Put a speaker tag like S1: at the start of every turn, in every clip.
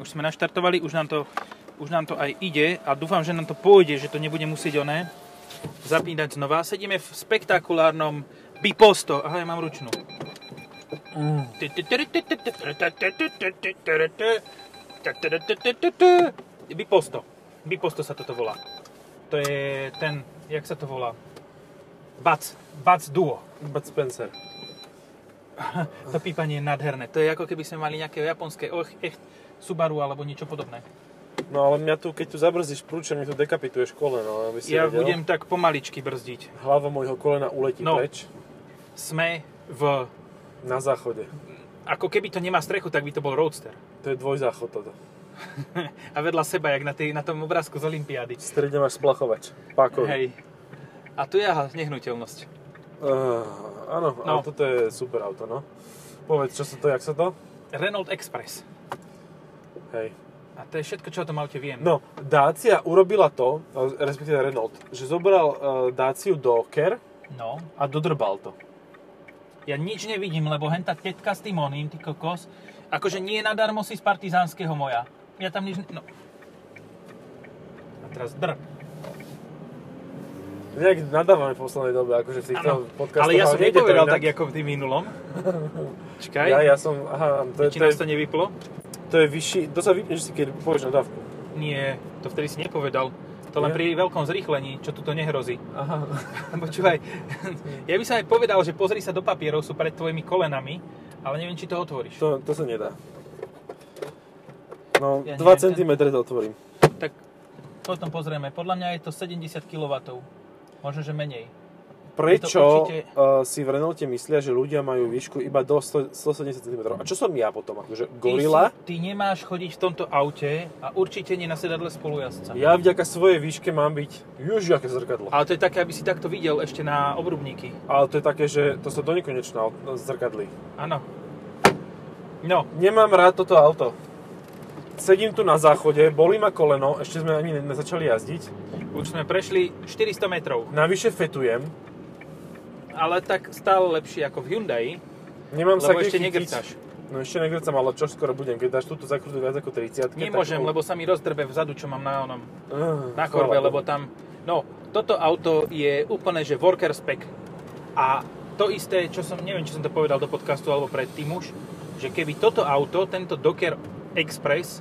S1: Už sme naštartovali, už nám to, už nám to aj ide a dúfam, že nám to pôjde, že to nebude musieť oné zapínať znova. Sedíme v spektakulárnom Biposto. Aha, ja mám ručnú. Biposto. Biposto sa toto volá. To je ten, jak sa to volá? Bac. Bac Duo.
S2: Bud Spencer.
S1: To pípanie je nádherné. To je ako keby sme mali nejaké japonské och, echt, Subaru alebo niečo podobné.
S2: No ale mňa tu, keď tu zabrzdíš prúčom, mi tu dekapituješ koleno, aby si
S1: Ja
S2: vedel.
S1: budem tak pomaličky brzdiť.
S2: Hlava môjho kolena uletí
S1: No.
S2: preč
S1: Sme v...
S2: na záchode.
S1: Ako keby to nemá strechu, tak by to bol roadster.
S2: To je dvojzáchod toto.
S1: A vedľa seba, jak na, tej, na tom obrázku z Olympiády.
S2: V strede máš splachovač. Pákový.
S1: Hej. A tu je aha, nehnuteľnosť.
S2: Uh, áno, no. ale
S1: No.
S2: toto je super auto, no. Povedz, čo sa to, jak sa to?
S1: Renault Express.
S2: Hej.
S1: A to je všetko, čo o tom aute viem.
S2: No, Dacia urobila to, eh, respektíve Renault, že zobral uh, Daciu do Ker
S1: no.
S2: a dodrbal to.
S1: Ja nič nevidím, lebo hen tá tetka s tým oným, ty kokos. Akože nie nadarmo si z partizánskeho moja. Ja tam nič... ne- No. A teraz drb.
S2: Nejak nadávame v poslednej dobe, akože v týchto
S1: Áno,
S2: podcastoch.
S1: ale ja som
S2: nejde to
S1: nepovedal
S2: inak.
S1: tak, ako v tým minulom. Čakaj,
S2: Ja, ja som, aha, to je,
S1: či
S2: to je,
S1: nás to nevyplo?
S2: to je vyšší, to sa vypneš si, keď povieš nadávku.
S1: Nie, to vtedy si nepovedal. To len
S2: Ja?
S1: pri veľkom zrýchlení, čo tu to nehrozí.
S2: Aha.
S1: Počúvaj, ja by som aj povedal, že pozri sa do papierov, sú pred tvojimi kolenami, ale neviem, či to otvoríš.
S2: To, to sa nedá. No,
S1: Ja
S2: 2
S1: neviem, ten-
S2: cm to otvorím.
S1: Tak potom pozrieme. Podľa mňa je to 70 kW. Možno, že menej.
S2: Prečo
S1: určite-
S2: uh, si v Renaulte myslia, že ľudia majú výšku iba do 100, 170 cm? A čo som ja potom? Akože gorila?
S1: Ty, si- ty nemáš chodiť v tomto aute a určite nie na sedadle spolujazca.
S2: Ja vďaka svojej výške mám byť... Juž, aké zrkadlo.
S1: Ale to je také, aby si takto videl ešte na obrubníky.
S2: Ale to je také, že to sa do nekonečna od- zrkadlí.
S1: Áno. No,
S2: Nemám rád toto auto. Sedím tu na záchode, bolí ma koleno, ešte sme ani ne- nezačali jazdiť.
S1: už sme prešli 400 metrov,
S2: Navyše fetujem,
S1: ale tak stále lepšie ako v Hyundai,
S2: nemám sa
S1: lebo
S2: kde
S1: ešte
S2: chytiť.
S1: negrcaš.
S2: No ešte negrcam, ale čo skoro budem, keď dáš túto zakrutu viac ako 30.
S1: Nemôžem, lebo sa mi rozdrbe vzadu, čo mám na onom,
S2: Uh,
S1: na korbe, lebo tam... No, toto auto je úplne, že worker spec. A to isté, čo som, neviem, či som to povedal do podcastu alebo predtým už, že keby toto auto, tento Docker Express,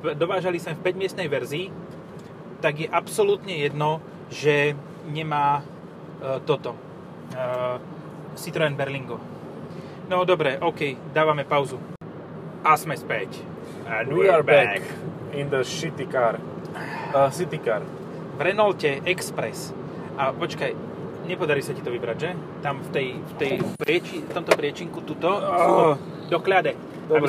S1: e, dovážali sem v 5-miestnej verzii, tak je absolútne jedno, že nemá e, toto. E, Citroën Berlingo. No dobre, OK, dávame pauzu. A sme späť. And
S2: We are back in the shitty car. Uh, city car.
S1: v Renaulte Express. A počkaj, nepodarí sa ti to vybrať, že? Tam v tej, v tej prieči, v tomto priečinku tuto,
S2: Ah.
S1: do kľade.
S2: Dobre,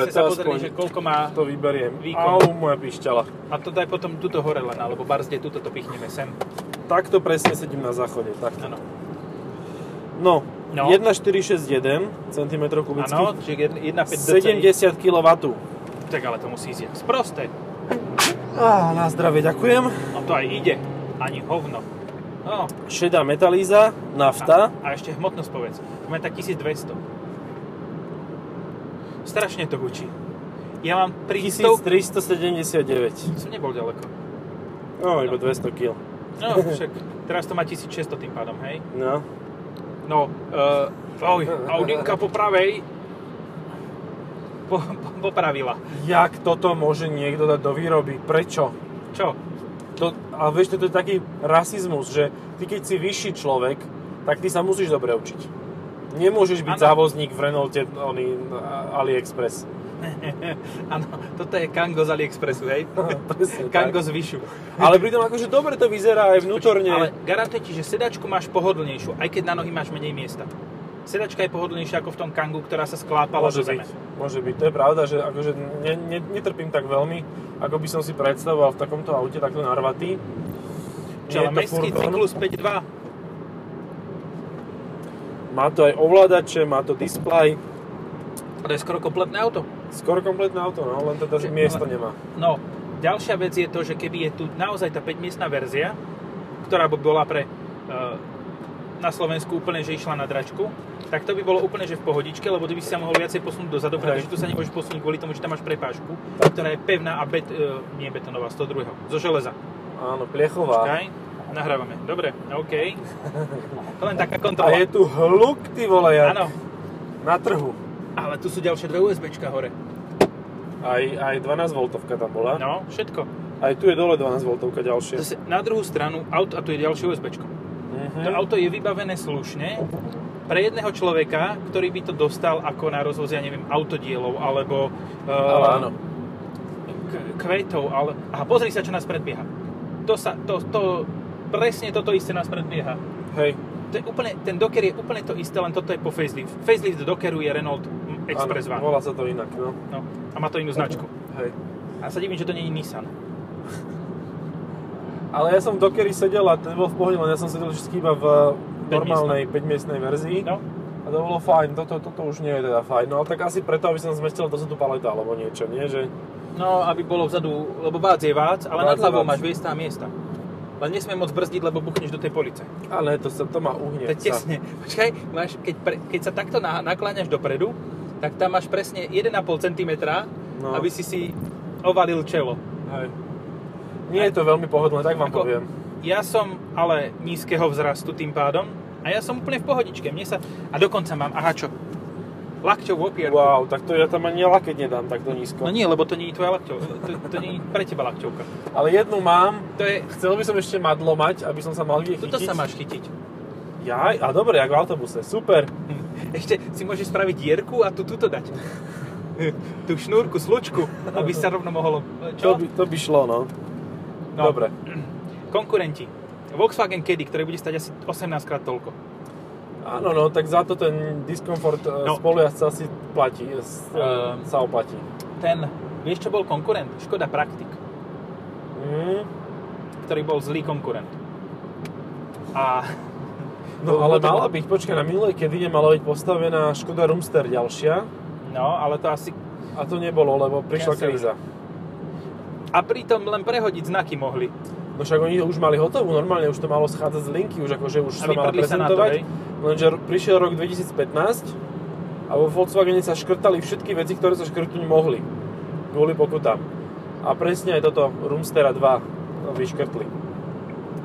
S1: aby ste sa
S2: to
S1: pozreli,
S2: aspoň-
S1: že koľko má...
S2: To vyberiem.
S1: Výkon.
S2: Au, moja pišťala.
S1: A to daj potom tuto hore len, alebo barzde, tuto to pichneme sem.
S2: Takto presne sedím na záchode. Takto.
S1: Áno.
S2: No,
S1: No.
S2: 1461 cm
S1: Áno,
S2: kubických.
S1: čiže 1,5
S2: 70 kW.
S1: Tak ale to musí ísť jak sprosté.
S2: Ah, na zdravie, ďakujem.
S1: No to aj ide. Ani hovno. No.
S2: Šedá
S1: A,
S2: metalíza, nafta.
S1: a ešte hmotnosť povedz. To má tak 1200. Strašne to hučí. Ja mám pri stovke...
S2: 1379.
S1: Som nebol ďaleko.
S2: No, iba 200 kg.
S1: No, však teraz to má 1600 tým pádom, hej?
S2: No.
S1: No, uh, oj, Audinka po pravej po, po, popravila.
S2: Jak toto môže niekto dať do výroby? Prečo?
S1: Čo?
S2: To, ale vieš, to je taký rasizmus, že ty keď si vyšší človek, tak ty sa musíš dobre učiť. Nemôžeš byť
S1: Áno.
S2: závozník v Renaulte oný, a- AliExpress.
S1: Áno, toto je Kango z AliExpressu, hej?
S2: Presne
S1: Kango z
S2: tak.
S1: Vyšu.
S2: Ale pritom akože dobre to vyzerá aj vnútorne.
S1: Ale garantujem ti, že sedačku máš pohodlnejšiu, aj keď na nohy máš menej miesta. Sedačka je pohodlnejšia ako v tom Kangu, ktorá sa sklápala
S2: môže
S1: do zeme.
S2: byť, môže byť. To je pravda, že akože ne, ne, netrpím tak veľmi, ako by som si predstavoval v takomto aute takto narvatý.
S1: Čo, ale mestský cyklus 5.2,
S2: Má to aj ovládače, má to display,
S1: to je skoro kompletné auto.
S2: skoro kompletné auto, no, len teda
S1: Čiže-
S2: miesto
S1: ale-
S2: nemá.
S1: No, ďalšia vec je to, že keby je tu naozaj tá 5-miestná verzia, ktorá by bola pre e, na Slovensku úplne, že išla na dračku, tak to by bolo úplne že v pohodičke, lebo ty by si sa mohol viacej posunúť dozadu, pretože tu sa nemôžeš posunúť kvôli tomu, že tam máš prepážku, ktorá je pevná a bet, e, nie betonová, z toho druhého, zo železa.
S2: Áno, plechová.
S1: Čakaj, nahrávame. Dobre, OK. To len taká
S2: A
S1: kontrola.
S2: je tu hluk, ty vole, jak
S1: Áno,
S2: na trhu.
S1: ale tu sú ďalšie dve USBčka hore.
S2: Aj, aj 12 voltovka tam bola.
S1: No, všetko.
S2: Aj tu je dole 12 voltovka ďalšie.
S1: Zase na druhú stranu auto, a tu je ďalšie USBčko. To
S2: Mhm.
S1: auto je vybavené slušne pre jedného človeka, ktorý by to dostal ako na rozvoz, ja neviem, autodielov, alebo e,
S2: Ale áno.
S1: k- kvetov, ale... A pozri sa, čo nás predbieha. To sa, to, to, presne toto isté nás predbieha.
S2: Hej.
S1: To je úplne, ten Docker je úplne to isté, len toto je po facelift. Facelift Dockeru je Renault mm, Express
S2: Áno,
S1: Van.
S2: Volá sa to inak, no.
S1: No, a má to inú značku.
S2: Hej.
S1: A sa divím, že to nie je Nissan.
S2: Ale ja som v Dockery sedel a to bol v pohode, len ja som sedel vždy iba v normálnej 5-miestnej verzii.
S1: No,
S2: A to bolo fajn, toto, toto už nie je teda fajn. No ale tak asi preto, aby som zmestil dozadu paleta alebo niečo, nie? Že...
S1: no aby bolo vzadu, lebo vác je vác, ale nad
S2: Vác je
S1: hlavou
S2: vác.
S1: máš viestá miesta. Len nesmie moc brzdiť, lebo buchneš do tej police.
S2: Ale to, sa, to ma uhnie.
S1: To je tesne. Počkaj, máš, keď, pre, keď sa takto na, nakláňaš dopredu, tak tam máš presne 1,5 cm,
S2: No.
S1: aby si si ovalil čelo.
S2: Hej. Nie je to veľmi pohodlné, tak vám
S1: Ako-
S2: poviem.
S1: Ja som ale nízkeho vzrastu tým pádom a ja som úplne v pohodičke. Mne sa... A dokonca mám, aha čo, lakťovú opierku.
S2: Wow, tak to ja tam ani lakeť nedám takto nízko.
S1: No nie, lebo to nie je tvoja lakťovka. To, to nie je pre teba lakťovka.
S2: Ale jednu mám,
S1: To je...
S2: chcel by som ešte madlo mať, aby som sa mal kde chytiť.
S1: Tuto sa máš chytiť.
S2: Jaj, a dobre, jak v autobuse, super.
S1: Hm. Ešte si môžeš spraviť dierku a tu tuto dať. Tú šnúrku, slučku, aby sa rovno mohlo... Čo?
S2: To by, to by šlo, no.
S1: No.
S2: Dobre.
S1: Konkurenti. Volkswagen Caddy, ktorý bude stať asi 18 krát toľko.
S2: Áno, no, tak za to ten diskomfort
S1: No.
S2: no. spolujazdca si platí, e, s-
S1: Ehm.
S2: sa oplatí.
S1: Ten, vieš čo bol konkurent? Škoda Praktik,
S2: Mm.
S1: ktorý bol zlý konkurent. A
S2: No, ale
S1: to
S2: mala
S1: bol-
S2: byť, počkaj, na minulej kedy mala byť postavená Škoda Roomster ďalšia
S1: No, ale to asi...
S2: a to nebolo, lebo prišla
S1: Cancer.
S2: kríza.
S1: A pritom len prehodiť znaky mohli.
S2: No však oni to už mali hotovú, normálne už to malo schádzať z linky, už akože
S1: A
S2: už sa mala
S1: vyprdli sa na to,
S2: prezentovať.
S1: hej?
S2: Lenže ro- prišiel rok 2015 a vo Volkswagene sa škrtali všetky veci, ktoré sa škrtnúť mohli. Kvôli pokutám. A presne aj toto Roomstera 2 vyškrtli.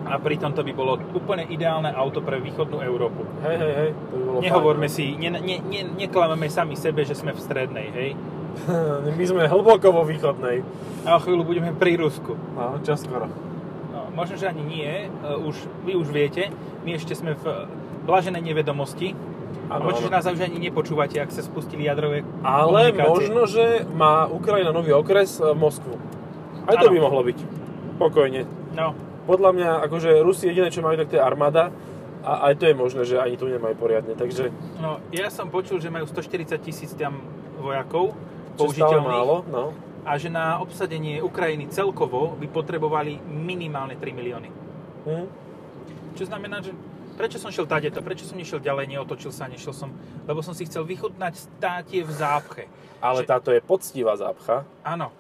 S1: A pritom to by bolo úplne ideálne auto pre východnú Európu.
S2: Hej, hej, hej, to by bolo
S1: Nehovorme
S2: fajn.
S1: si, ne, ne, ne, neklameme sami sebe, že sme v strednej, hej?
S2: My sme hlboko vo východnej.
S1: A o chvíľu budeme pri Rusku.
S2: No, čoskoro.
S1: No, možno, že ani nie, e, už, vy už viete, my ešte sme v e, blaženej nevedomosti. A
S2: Áno,
S1: možno, že
S2: áno.
S1: nás už ani nepočúvate, ak sa spustili jadrové
S2: Ale
S1: komunikácie.
S2: možno, že má Ukrajina nový okres e, Moskvu. Aj to
S1: Áno.
S2: by mohlo byť. Pokojne.
S1: No,
S2: Podľa mňa, akože Rusi jediné, čo majú, tak to je armáda. A aj to je možné, že ani tu nemajú poriadne. Takže
S1: no, ja som počul, že majú 140 tisíc tam vojakov
S2: čo stále
S1: použiteľných
S2: málo. No.
S1: a že na obsadenie Ukrajiny celkovo by potrebovali minimálne 3 milióny.
S2: Hm?
S1: Čo znamená, že prečo som šiel tadeto, prečo som nešiel ďalej, neotočil sa, nešiel som, lebo som si chcel vychutnať státie v zápche.
S2: Ale
S1: Že-
S2: táto je poctivá zápcha.
S1: Áno.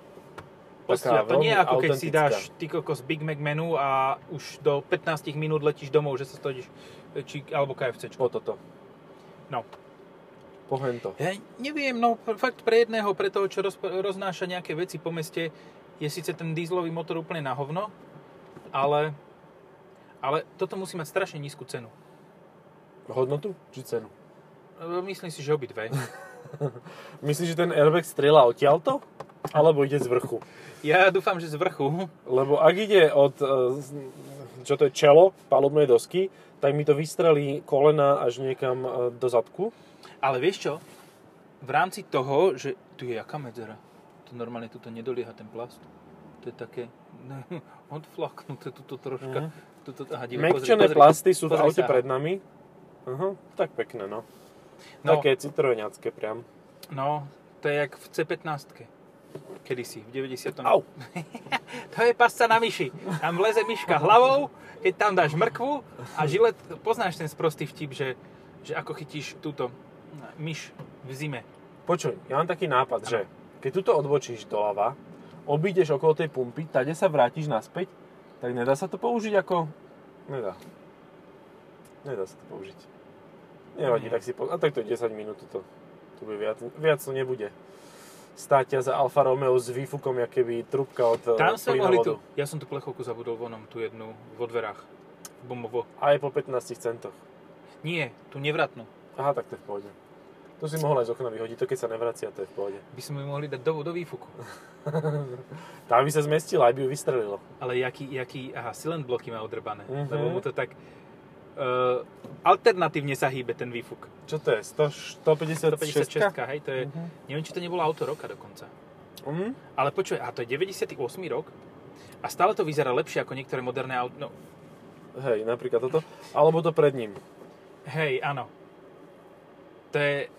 S1: Postia,
S2: Taká
S1: to nie je
S2: veľmi
S1: ako keď si
S2: autentická.
S1: dáš ty kokos Big Mac menu a už do 15 minút letíš domov, že sa stojíš, e, či, alebo KFCčko.
S2: Po toto.
S1: No.
S2: Pohen to.
S1: Ja neviem, no pr- fakt pre jedného, pre toho, čo rozp- roznáša nejaké veci po meste, je síce ten dízlový motor úplne na hovno, ale, ale toto musí mať strašne nízku cenu.
S2: Hodnotu či cenu?
S1: E, Myslím si, že obidve.
S2: Myslíš, že ten airbag strieľa odtiaľto? Alebo ide z vrchu?
S1: Ja dúfam, že z vrchu.
S2: Lebo ak ide od, e, z- čo to je, čelo palubnej dosky, tak mi to vystrelí kolena až niekam e, do zadku.
S1: Ale vieš čo? V rámci toho, že tu je jaká medzera. To normálne tuto nedolieha ten plast. To je také ne, odflaknuté tuto
S2: Mhm.
S1: troška. Mm-hmm. Tuto, aha, divi,
S2: Mekčené plasty sú v
S1: pozri
S2: aute
S1: sa.
S2: pred nami. Aha, tak pekné, no.
S1: No.
S2: Také citroňacké priam.
S1: No, to je jak v C15. Kedysi, v 90.
S2: Au!
S1: To je pasca na myši. Tam leze myška hlavou, keď tam dáš mrkvu a žilet... Poznáš ten sprostý vtip, že, že ako chytíš túto myš v zime.
S2: Počuj, ja mám taký nápad, že keď tuto odbočíš doľava, obídeš okolo tej pumpy, tade sa vrátiš naspäť, tak nedá sa to použiť ako... Nedá. Nedá sa to použiť. Nevadí,
S1: Nie.
S2: tak si po... A tak to je 10 minút, to, to bude viac, viac to nebude. Stáť ťa za Alfa Romeo s výfukom, jak keby trubka od eh,
S1: Tam sa mohli tu.
S2: plynovodu.
S1: Ja som tú plechovku zabudol vonom, tú jednu, vo dverách. V Bomovo.
S2: Aj po 15 centoch.
S1: Nie, tú nevratnú.
S2: Aha, tak to je v pohode. To si mohol aj z okna vyhodiť, to keď sa nevracia, to je v pohode.
S1: By sme ju mohli dať do, do výfuku.
S2: Tá by sa zmestila, aj by ju vystrelilo.
S1: Ale jaký, jaký, aha, silent bloky má odrbané.
S2: Mhm.
S1: Lebo mu to tak... Uh, alternatívne sa hýbe ten výfuk.
S2: Čo to je? 100,
S1: 156,
S2: 156?
S1: hej, to je...
S2: Mhm.
S1: Neviem, či to nebolo auto roka dokonca.
S2: Mhm.
S1: Ale počuj, a to je 98 rok a stále to vyzerá lepšie ako niektoré moderné auto. No,
S2: Hej, napríklad toto. Alebo to pred ním.
S1: hej, áno. To je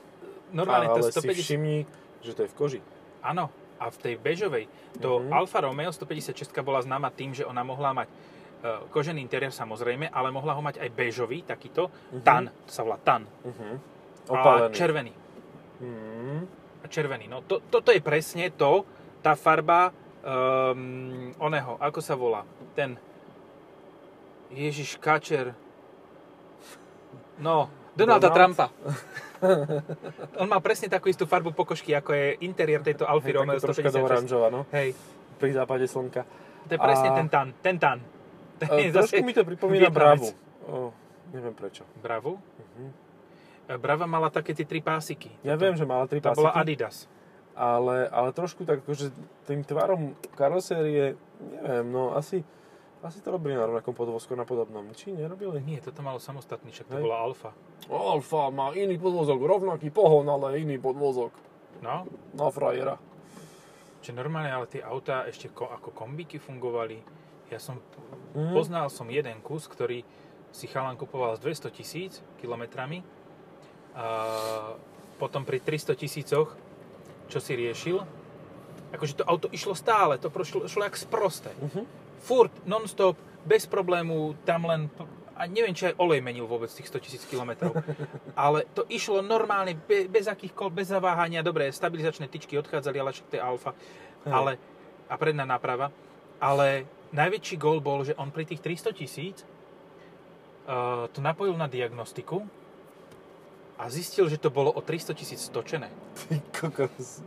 S1: normálne
S2: ale
S1: to
S2: si
S1: 150...
S2: všimni, že to je v koži.
S1: Áno, a v tej bežovej. To
S2: Mhm.
S1: Alfa Romeo 156 bola známa tým, že ona mohla mať e, kožený interiér samozrejme, ale mohla ho mať aj bežový, takýto,
S2: Mhm.
S1: tan, to sa volá tan.
S2: Mhm.
S1: A
S2: Opálený.
S1: červený.
S2: Mhm.
S1: A červený. No to, toto je presne to, tá farba um, oného, ako sa volá, ten Ježiš Kačer. No, Donalda
S2: Donald?
S1: Trumpa. On má presne takú istú farbu pokožky, ako je interiér tejto Alfy
S2: Hej,
S1: Romeo
S2: takú troška do
S1: 156.
S2: oranžova, no.
S1: Hej,
S2: Pri západe slnka.
S1: to je presne
S2: A-
S1: ten tan, ten tan. Ten
S2: E, trošku mi to pripomína Bravu.
S1: Vietnamec.
S2: O, neviem prečo.
S1: Bravu?
S2: Mhm.
S1: E, Brava mala také tie tri pásiky.
S2: Ja viem, že mala tri
S1: Tá bola
S2: pásiky,
S1: Adidas.
S2: ale, ale trošku tak akože tým tvarom karosérie, neviem, no asi, asi to robili na rovnakom podvozku na podobnom. Či nerobili?
S1: Nie, toto malo samostatný, však to
S2: Hej.
S1: bola Alfa.
S2: Alfa má iný podvozok, rovnaký pohon, ale iný podvozok.
S1: No,
S2: Na frajera.
S1: Čiže normálne, ale tie autá ešte ko, ako kombíky fungovali. Ja som,
S2: Mhm.
S1: poznal som jeden kus, ktorý si chalan kupoval s 200 tisíc kilometrami. A potom pri 300 tisícoch, čo si riešil, akože to auto išlo stále, to prošlo, šlo jak sprosté.
S2: Mhm.
S1: Furt, non-stop, bez problému, tam len, a neviem, či aj olej menil vôbec tých 100 tisíc kilometrov. Ale to išlo normálne, be, bez akýchkoľ, bez zaváhania. Dobre, stabilizačné tyčky odchádzali, ale však to je alfa.
S2: Hej.
S1: Ale, a predná náprava. Ale najväčší gol bol, že on pri tých 300 tisíc uh, to napojil na diagnostiku a zistil, že to bolo o 300 tisíc stočené.
S2: Ty kokos.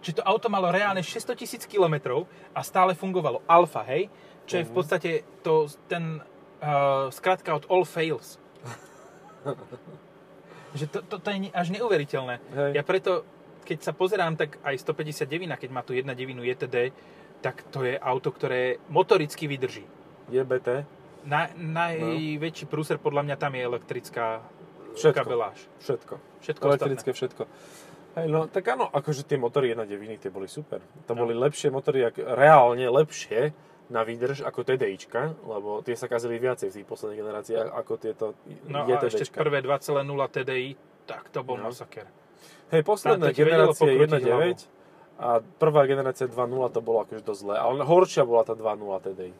S1: Čiže to auto malo reálne 600 tisíc kilometrov a stále fungovalo. Alfa, hej? Čo je v
S2: Mhm.
S1: podstate to, ten uh, skratka od all fails. že to, to, to je ne- až neuveriteľné.
S2: Hej.
S1: Ja preto, keď sa pozerám, tak aj 159, keď má tu 1 devinu JTD, tak to je auto, ktoré motoricky vydrží.
S2: Je BT.
S1: Na, najväčší prúser podľa mňa tam je elektrická
S2: Všetko.
S1: kabeláž.
S2: Všetko.
S1: Všetko
S2: Elektrické všetko. Hej, no tak áno, akože tie motory 1.9 tie boli super. To
S1: No.
S2: boli lepšie motory, ak, reálne lepšie na výdrž ako TDIčka, lebo tie sa kazili viacej v tých posledných generáciách ako tieto
S1: No
S2: E
S1: a ešte
S2: JTDčka.
S1: prvé 2,0 TDI, tak to bol
S2: No.
S1: masaker.
S2: Hej,
S1: Tam
S2: posledná
S1: to ti vedelo
S2: generácia
S1: pokrútiť
S2: 1.9 a prvá generácia 2.0 to bolo akože dosť zlé, ale horšia bola tá 2.0 TDI.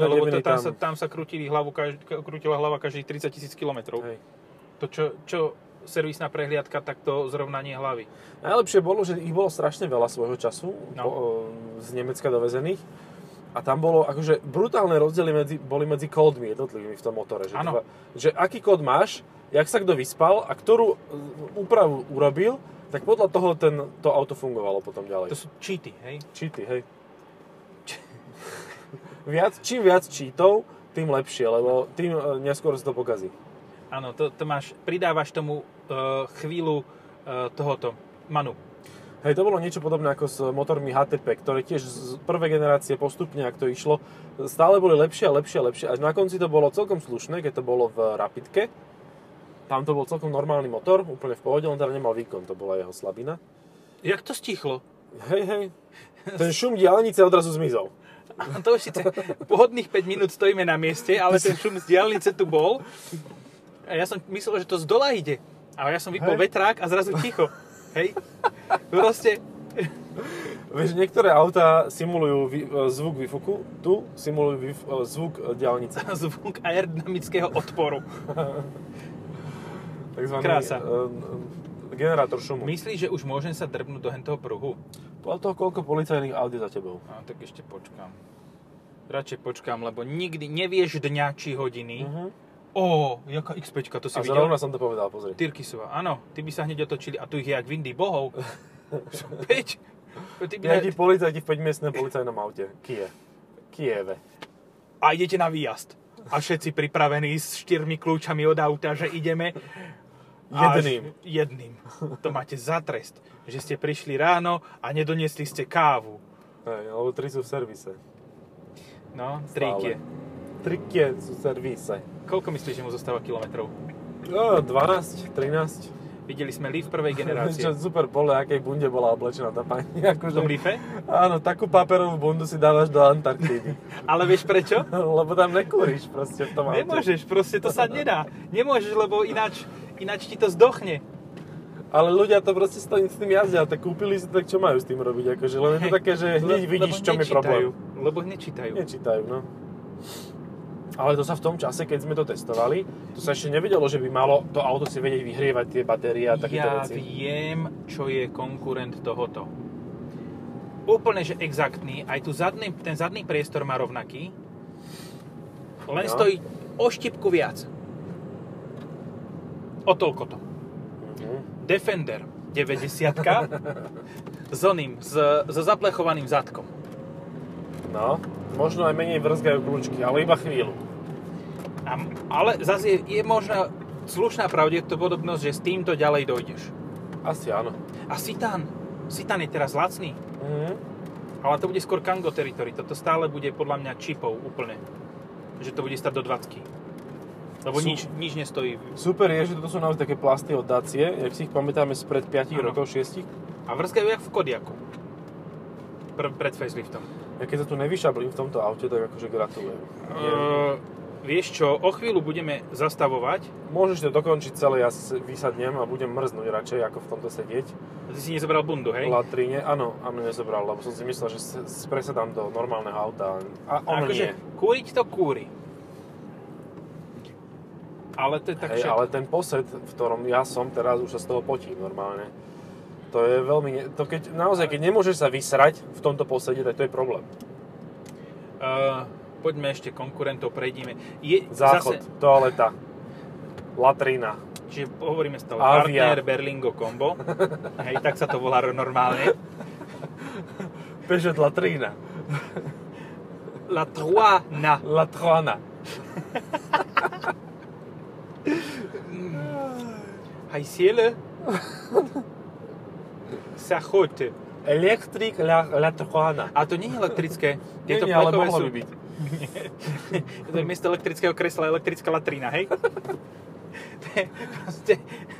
S1: No, lebo to,
S2: 1.9
S1: tam, sa, tam sa krútili hlavu, každý, krútila hlava každých 30 tisíc kilometrov.
S2: Hej.
S1: To čo, čo servisná prehliadka, tak to zrovnanie hlavy.
S2: Najlepšie bolo, že ich bolo strašne veľa svojho času
S1: No.
S2: no. po, e, z Nemecka dovezených. A tam bolo akože brutálne rozdiely medzi, boli medzi kódmi jednotlivými v tom motore. Že,
S1: Áno.
S2: dva- že aký kód máš, jak sa kto vyspal a ktorú e, úpravu urobil, tak podľa toho ten, to auto fungovalo
S1: To
S2: potom ďalej.
S1: sú cheaty, hej?
S2: Cheaty, hej. viac, čím viac cheatov, tým lepšie, lebo tým e, neskôr sa to pokazí.
S1: Áno, to, to máš, pridávaš tomu uh, chvíľu uh, tohoto manu.
S2: Hej, to bolo niečo podobné ako s motormi HTP, ktoré tiež z prvej generácie postupne, ak to išlo, stále boli lepšie a lepšie a lepšie. Až na konci to bolo celkom slušné, keď to bolo v Rapidke. Tam to bol celkom normálny motor, úplne v pohode, on teda nemal výkon, to bola jeho slabina.
S1: Jak to stichlo?
S2: Hej, hej, ten šum diálnice odrazu zmizol.
S1: Áno, To už síce pohodných 5 minút stojíme na mieste, ale ten šum z diálnice tu bol. A ja som myslel, že to z dola ide. A ja som vypol
S2: Hej.
S1: vetrák a zrazu ticho. Hej? Proste,
S2: Vieš, niektoré autá simulujú vy, zvuk výfuku, tu simulujú vyf, zvuk diálnice.
S1: zvuk aerodynamického odporu.
S2: Takzvaný
S1: Krása.
S2: eh, eh, generátor šumu.
S1: Myslíš, že už môžem sa drbnúť do hentoho pruhu?
S2: Podľa toho, koľko policajných aut je za tebou.
S1: A tak ešte počkám. Radšej počkám, lebo nikdy nevieš dňa či hodiny,
S2: Mhm.
S1: a Ó, jaká X5, to si
S2: A
S1: videl?
S2: zrovna som to povedal, pozri.
S1: Tyrkisová, áno, ty by sa hneď otočili a tu ich je jak v Indii bohov. Peť. Ty by
S2: Piati policajti v 5-miestnom policajnom aute. Kie. Kieve.
S1: A idete na výjazd. A všetci pripravení s štyrmi kľúčami od auta, že ideme. A-
S2: Jedným.
S1: jedným. To máte za trest, že ste prišli ráno a nedoniesli ste kávu.
S2: Hej, alebo tri sú v servise.
S1: No,
S2: Stále.
S1: trikie.
S2: Tri kie sú v servise.
S1: Koľko myslíš, že mu zostáva kilometrov?
S2: No, 12, 13.
S1: Videli sme Leaf prvej
S2: Čo
S1: generácie.
S2: super pole, akej bunde bola oblečená tá pani.
S1: V
S2: Akože,
S1: tom Leafe?
S2: áno, takú paperovú bundu si dávaš do Antarktídy.
S1: Ale vieš prečo?
S2: Lebo tam nekúriš proste v tom aute.
S1: Nemôžeš, proste to sa nedá. Nemôžeš, lebo ináč, ináč ti to zdochne.
S2: Ale ľudia to proste s tým, s tým jazdia, tak kúpili si to, tak čo majú s tým robiť? Akože, len je to také, že hneď
S1: Le-
S2: vidíš,
S1: lebo
S2: čo mi problém.
S1: nečítajú, Lebo nečítajú.
S2: Nečítajú, no. Ale to sa v tom čase, keď sme to testovali, to sa ešte nevedelo, že by malo to auto si vedieť vyhrievať tie batérie a takéto
S1: ja
S2: veci.
S1: viem, čo je konkurent tohoto. Úplne, že exaktný. Aj tu zadný, ten zadný priestor má rovnaký. Len
S2: No.
S1: stojí o štipku viac. O toľko to.
S2: Mhm.
S1: Defender 90 s oným, s, so zaplechovaným zadkom.
S2: No, možno aj menej vrzgajú kľúčky, ale iba chvíľu.
S1: A, ale zase je, je možná slušná pravdepodobnosť, že s týmto ďalej dojdeš.
S2: Asi áno.
S1: A Citan. Citan je teraz lacný.
S2: Mhm.
S1: Ale to bude skôr Kango Territory. Toto stále bude podľa mňa čipov úplne. Že to bude stať do 20. Lebo
S2: Sú-
S1: nič, nič nestojí.
S2: Super je, že to sú naozaj také plasty od Dacie, jak si ich pamätáme spred 5
S1: Áno.
S2: rokov, 6.
S1: A vrskajú jak v Kodiaku. Pr- pred faceliftom.
S2: Ja keď sa tu nevyšablím v tomto aute, tak akože gratulujem. Je-
S1: Uh, vieš čo, o chvíľu budeme zastavovať.
S2: Môžeš to dokončiť celé, ja si vysadnem a budem mrznúť radšej, ako v tomto sedieť.
S1: Ty si nezobral bundu, hej?
S2: v latríne. Áno, a mne nezobral, lebo som si myslel, že sa s- presadám do normálneho auta. A ono nie.
S1: Akože- kúriť to kúri. Ale to je tak
S2: Hej,
S1: všetko.
S2: ale ten posed, v ktorom ja som teraz, už sa z toho potím normálne. To je veľmi... Ne... To keď, naozaj, keď nemôžeš sa vysrať v tomto posede, tak to je problém.
S1: Uh, poďme ešte konkurentov, prejdime. Je,
S2: Záchod,
S1: Zase,
S2: toaleta, latrína.
S1: Čiže hovoríme stále
S2: Avia.
S1: partner Berlingo Combo. Hej, tak sa to volá normálne.
S2: Peugeot latrína.
S1: La Trois na.
S2: Latroana.
S1: Hej, Siele. Sa choď.
S2: Elektrik la, Latroana.
S1: A to nie je elektrické.
S2: Nie,
S1: Tieto
S2: nie, ale
S1: plechové
S2: mohlo
S1: sú-
S2: by byť.
S1: To je miesto elektrického kresla elektrická latrina, hej? To je proste...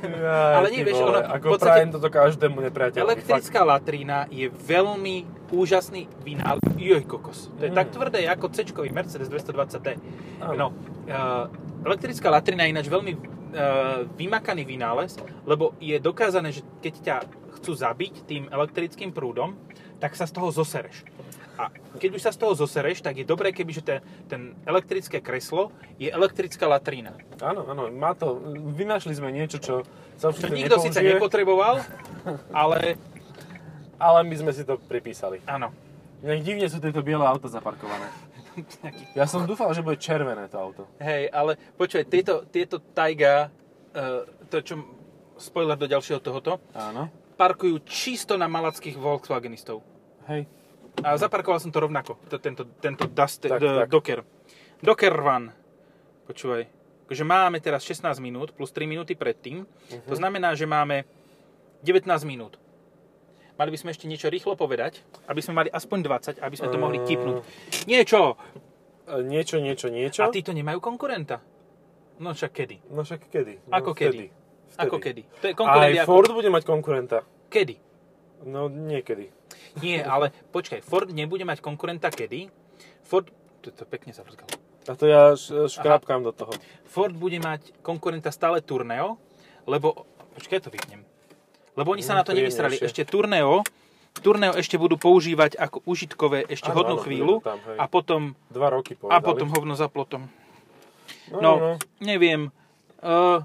S2: Jaj,
S1: Ale
S2: ty
S1: nie, vieš,
S2: vole,
S1: ono, v
S2: Ako
S1: podstate-
S2: prajem toto každému nepriateľovi. fakt.
S1: Elektrická latrína je veľmi úžasný vynález. Joj, kokos. To je
S2: Mm.
S1: tak tvrdé ako c Mercedes 220D.
S2: Áno.
S1: No, eh, elektrická latrina je ináč veľmi eh, vymakaný vynález, lebo je dokázané, že keď ťa chcú zabiť tým elektrickým prúdom, tak sa z toho zosereš. A keď už sa z toho zosereš, tak je dobré, keby že ten, ten elektrické kreslo je elektrická latrina.
S2: Áno, áno, má to. Vynašli sme niečo, čo sa
S1: Čo
S2: určite
S1: nikto síce
S2: nepoužije,
S1: nepotreboval, ale
S2: ale my sme si to pripísali.
S1: áno.
S2: Nejak divne sú tieto biele auta zaparkované.
S1: Nejaký
S2: Ja som dúfal, že bude červené to auto.
S1: Hej, ale počkaj, tieto, tieto Taiga, eh, to čo, spoiler do ďalšieho tohoto,
S2: Áno.
S1: parkujú čisto na malackých Volkswagenistov.
S2: Hej.
S1: A zaparkoval som to rovnako, t- tento, tento Duster, tak,
S2: Tak, tak.
S1: tak. Docker. Docker Run. Počúvaj. Takže máme teraz 16 minút plus 3 minúty predtým. Uh-huh.
S2: Mhm.
S1: To znamená, že máme 19 minút. Mali by sme ešte niečo rýchlo povedať, aby sme mali aspoň 20, aby sme to mohli
S2: Eh.
S1: tipnúť. Niečo!
S2: E, Niečo, niečo, niečo.
S1: A títo nemajú konkurenta. No však kedy?
S2: No však kedy? No,
S1: Ako kedy?
S2: Vtedy.
S1: Ako kedy? To je
S2: Aj
S1: konkurent ako...
S2: Ford bude mať konkurenta.
S1: Kedy?
S2: No niekedy.
S1: Nie, ale počkaj, Ford nebude mať konkurenta kedy? Ford... To, to pekne sa vrzgalo.
S2: A to ja š- škrapkám do toho.
S1: Ford bude mať konkurenta stále Tourneo, lebo... Počkaj, ja to vypnem. Lebo oni sa
S2: Mm,
S1: na to nevysrali.
S2: príjemnejšie.
S1: Ešte Tourneo, Tourneo ešte budú používať ako užitkové ešte
S2: Áno,
S1: hodnú
S2: áno,
S1: chvíľu
S2: budú tam, hej.
S1: a potom,
S2: Dva roky
S1: a
S2: povedali.
S1: potom hovno za plotom.
S2: No, no. no.
S1: No, neviem. Uh,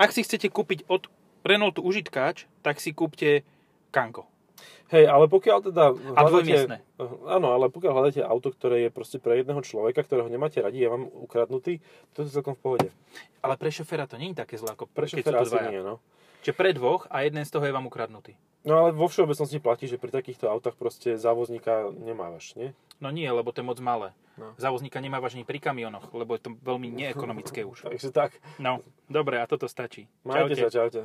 S1: ak si chcete kúpiť od Renaultu užitkáč, tak si kúpte Kango.
S2: Hej, ale pokiaľ teda... hľadáte-
S1: dvojmiestne.
S2: Áno, ale pokiaľ hľadáte auto, ktoré je proste pre jedného človeka, ktorého nemáte radi, ja vám ukradnutý, to je celkom v pohode.
S1: Ale pre šoféra to nie je také zlé ako
S2: Pre
S1: pre
S2: šoféra asi nie, no.
S1: Čiže pre dvoch a jeden z toho je vám ukradnutý.
S2: No ale vo všeobecnosti platí, že pri takýchto autách proste závozníka nemávaš, nie?
S1: No nie, lebo to je moc malé.
S2: No.
S1: Závozníka nemávaš ani pri kamionoch, lebo je to veľmi neekonomické už.
S2: Takže tak,
S1: No, dobre, a toto stačí.
S2: majte
S1: Čaute.
S2: sa, čaute.